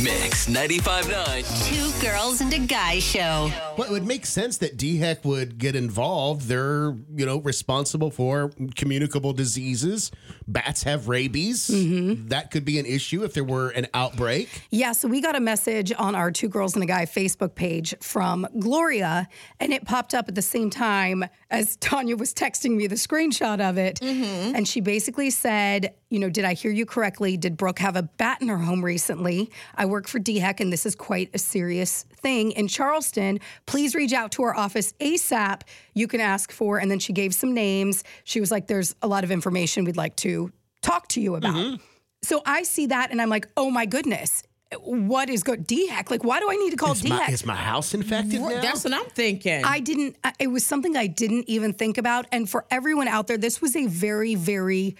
Mix 95.9. Two girls and a guy show. Well, it would make sense that DHEC would get involved. They're, you know, responsible for communicable diseases. Bats have rabies. Mm-hmm. That could be an issue if there were an outbreak. Yeah, so we got a message on our Two Girls and a Guy Facebook page from Gloria, and it popped up at the same time as Tanya was texting me the screenshot of it. And she basically said, You know, did I hear you correctly? Did Brooke have a bat in her home recently? I work for DHEC, and this is quite a serious thing in Charleston. Please reach out to our office ASAP. You can ask for, and then she gave some names. She was like, There's a lot of information we'd like to talk to you about. So I see that and I'm like, oh my goodness, what is good? DHEC? E Like, why do I need to call Is my, DHEC? is my house infected now? That's what I'm thinking. I didn't, I- it was something I didn't even think about. And for everyone out there, this was a very, very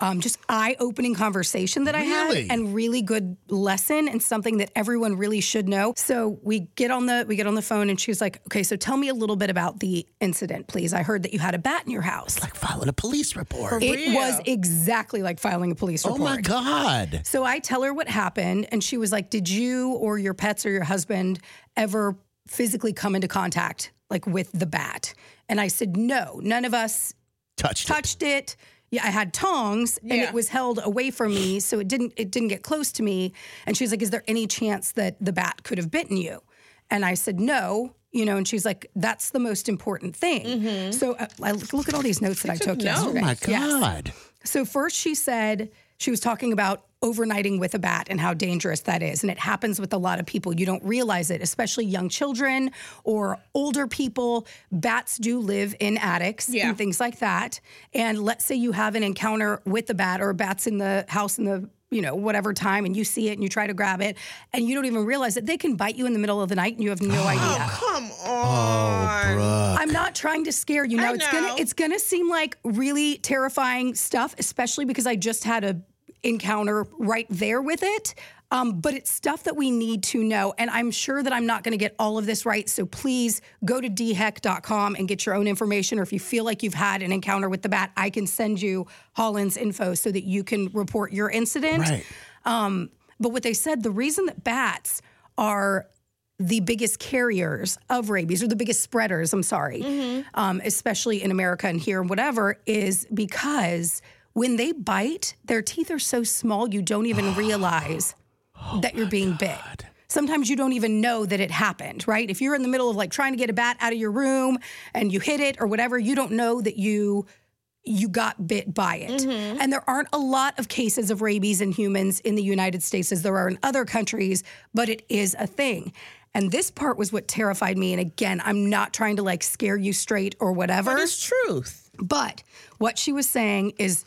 um, just eye opening conversation that I Really? had and really good lesson and something that everyone really should know. So we get on the we get on the phone and she was like, "Okay, so tell me a little bit about the incident, please. I heard that you had a bat in your house." like filing a police report. it was exactly like filing a police Oh Oh, report. my God. So I tell her what happened, and she was like, "Did you or your pets or your husband ever physically come into contact like with the bat?" And I said, "No, none of us Touched. it. touched it. Yeah, I had tongs, and Yeah. it was held away from me, so it didn't it didn't get close to me." And she's like, "Is there any chance that the bat could have bitten you?" And I said, "No." You know, and she's like, "That's the most important thing." So uh, I look at all these notes that I took Oh yesterday. my Yes. God. So first she said she was talking about overnighting with a bat and how dangerous that is and it happens with a lot of people you don't realize it especially young children or older people bats do live in attics Yeah. and things like that and let's say you have an encounter with a bat or a bat's in the house in the you know whatever time and you see it and you try to grab it and you don't even realize that they can bite you in the middle of the night and you have no idea Come on. I'm not trying to scare you. No, I it's gonna know. it's gonna seem like really terrifying stuff, especially because I just had a encounter right there with it. Um, but it's stuff that we need to know. And I'm sure that I'm not going to get all of this right. So please go to dhec.com and get your own information. Or if you feel like you've had an encounter with the bat, I can send you Holland's info so that you can report your incident. Right. But what they said, the reason that bats are the biggest carriers of rabies or the biggest spreaders, I'm sorry, um, especially in America and here and whatever, is because when they bite, their teeth are so small you don't even realize that you're being bit. Sometimes you don't even know that it happened, right? If you're in the middle of like trying to get a bat out of your room and you hit it or whatever, you don't know that you you got bit by it. And there aren't a lot of cases of rabies in humans in the United States as there are in other countries, but it is a thing. And this part was what terrified me. And again, I'm not trying to like scare you straight or whatever. But it's truth. But what she was saying is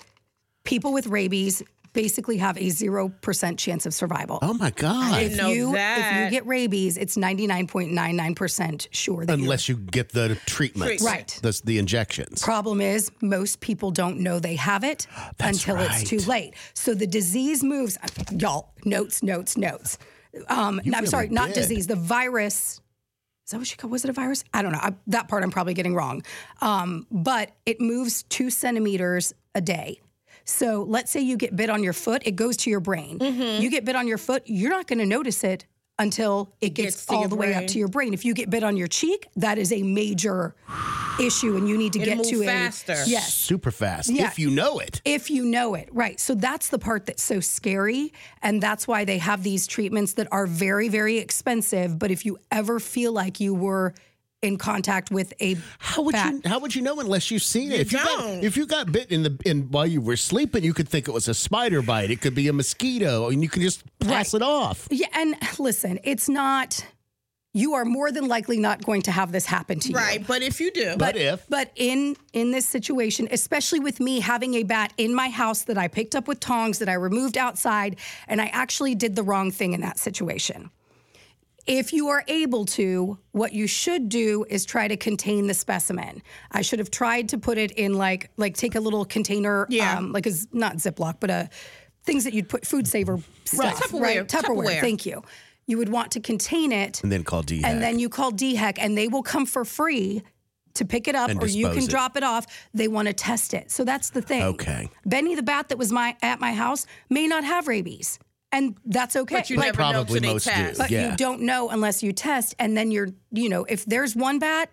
people with rabies basically have a 0% chance of survival. Oh my God. didn't know you, If you that. get rabies, it's 99.99% sure that you- Unless you get the treatments. Right. The, the injections. Problem is, most people don't know they have it That's until right. it's too late. So the disease moves, uh, y'all, notes, notes, notes. Um, no, I'm really sorry, not did. disease, the virus. Is that what she called? Was it a virus? I don't know. I, that part I'm probably getting wrong. Um, but it moves two centimeters a day. So let's say you get bit on your foot, it goes to your brain. Mm-hmm. You get bit on your foot, you're not going to notice it until it, gets, gets to all your the way up brain. to your brain. If you get bit on your cheek, that is a major issue, and you need to It'll get move to faster. a yes Super fast. Yeah. If you know it. if you know it right so that's the part that's so scary and that's why they have these treatments that are very very expensive but if you ever feel like you were in contact with a How would bat- you How would you know unless you've seen it? You if you got, don't. if you got bit in the in while you were sleeping, you could think it was a spider bite. It could be a mosquito, and you can just pass it off. yeah and listen it's not you are more than likely not going to have this happen to you Right. But if you do, But, if But in in this situation, especially with me having a bat in my house that I picked up with tongs that I removed outside, and I actually did the wrong thing in that situation. If you are able to, what you should do is try to contain the specimen. I should have tried to put it in like like take a little container, Yeah. um, like a z- not Ziploc, but a things that you'd put food saver stuff, Tupperware, right? Tupperware. Thank you. You would want to contain it and then call D. and then you call DHEC and they will come for free to pick it up And or you dispose can it. drop it off. They want to test it. So that's the thing. Okay. Benny the bat that was my at my house may not have rabies. and that's okay. But you Like, never know Probably till they most do. test. but Yeah. you don't know unless you test, and then you're, you know, if there's one bat,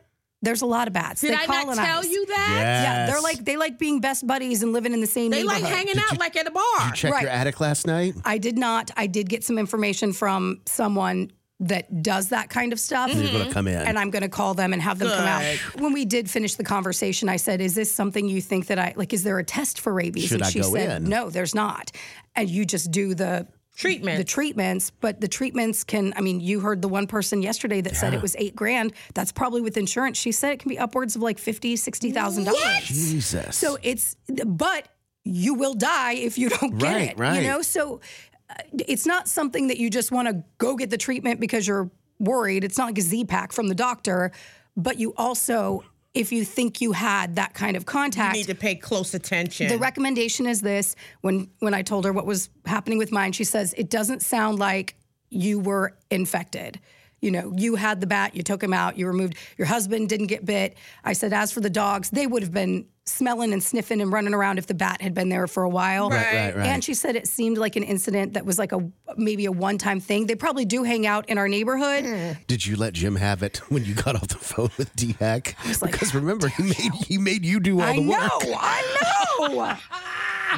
there's a lot of bats. Did they I not tell colonize. you that? Yeah, they're Yes. like they like being best buddies and living in the same. They like neighborhood. hanging out like at a bar. Check Right. your attic last night. I did not. I did get some information from someone that does that kind of stuff. You're gonna come in. Mm-hmm. And I'm going to call them and have them come out. When we did finish the conversation, I said, "Is this something you think that I like? Is there a test for rabies?" Should and I she go said, in? "No, there's not. And you just do the Treatment. the treatments, but the treatments can. I mean, you heard the one person yesterday that said it was eight grand. That's probably with insurance. She said it can be upwards of like fifty, sixty thousand dollars. Jesus. So it's, but you will die if you don't get Right, it. right. You know, so uh, it's not something that you just want to go get the treatment because you're worried. It's not like a Z pack from the doctor, but you also, if you think you had that kind of you contact, need to pay close attention. the recommendation is this. When when I told her what was happening with mine, she says it doesn't sound like you were infected. You know, you had the bat, you took him out, you removed your husband didn't get bit. I said, as for the dogs, they would have been smelling and sniffing and running around if the bat had been there for a while. Right, right, right. And she said it seemed like an incident that was like a maybe a one time thing. They probably do hang out in our neighborhood. Did you let Jim have it when you got off the phone with D Hack? Because remember, he made he made you do all I the know, work. I know.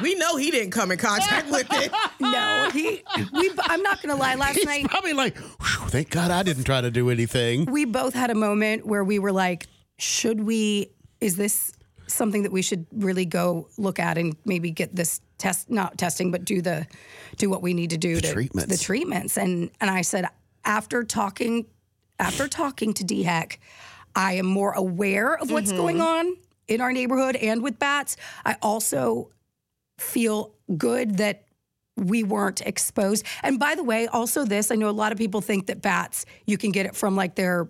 we know he didn't come in contact with it. no, he. We, I'm not gonna lie. Last He's night, probably like, "Whew, thank God I didn't try to do anything. we both had a moment where we were like, should we, is this something that we should really go look at and maybe get this test, not testing, but do the, do what we need to do the to treatments. the treatments. And, and I said, after talking, after talking to DHEC, I am more aware of what's going on in our neighborhood and with bats. I also feel good that we weren't exposed. And by the way, also this, I know a lot of people think that bats, you can get it from like their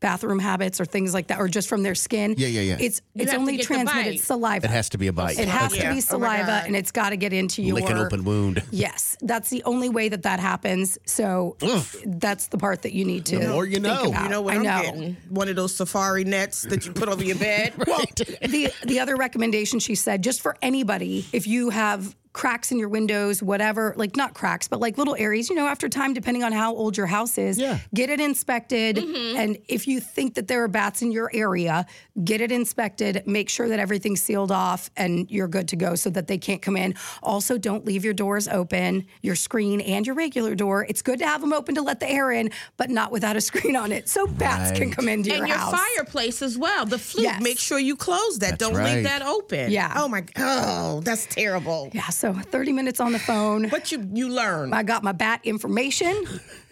bathroom habits or things like that, or just from their skin. Yeah, yeah, yeah. It's it's have to only get the transmitted bite. saliva. It has to be a bite. It has Okay. to be Yeah. Oh my saliva God. and it's got to get into your Lick an open wound. Yes, that's the only way that that happens. So that's the part that you need to. The more you think know. about. You know what I am know. getting? One of those safari nets that you put over your bed. the the other recommendation she said just for anybody if you have cracks in your windows whatever like not cracks but like little areas you know after time depending on how old your house is Yeah. get it inspected Mm-hmm. and if you think that there are bats in your area get it inspected make sure that everything's sealed off and you're good to go so that they can't come in also don't leave your doors open your screen and your regular door it's good to have them open to let the air in but not without a screen on it so bats can come into your and your house fireplace as well. The flue. Yes. Make sure you close that. Don't right. leave that open. Yeah. Oh my. Oh, that's terrible. yeah so 30 minutes on the phone But you you learn. I got my bat information.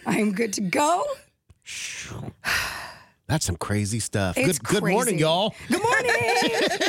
I am good to go. That's some crazy stuff. It's good, good morning, crazy. y'all. Good morning.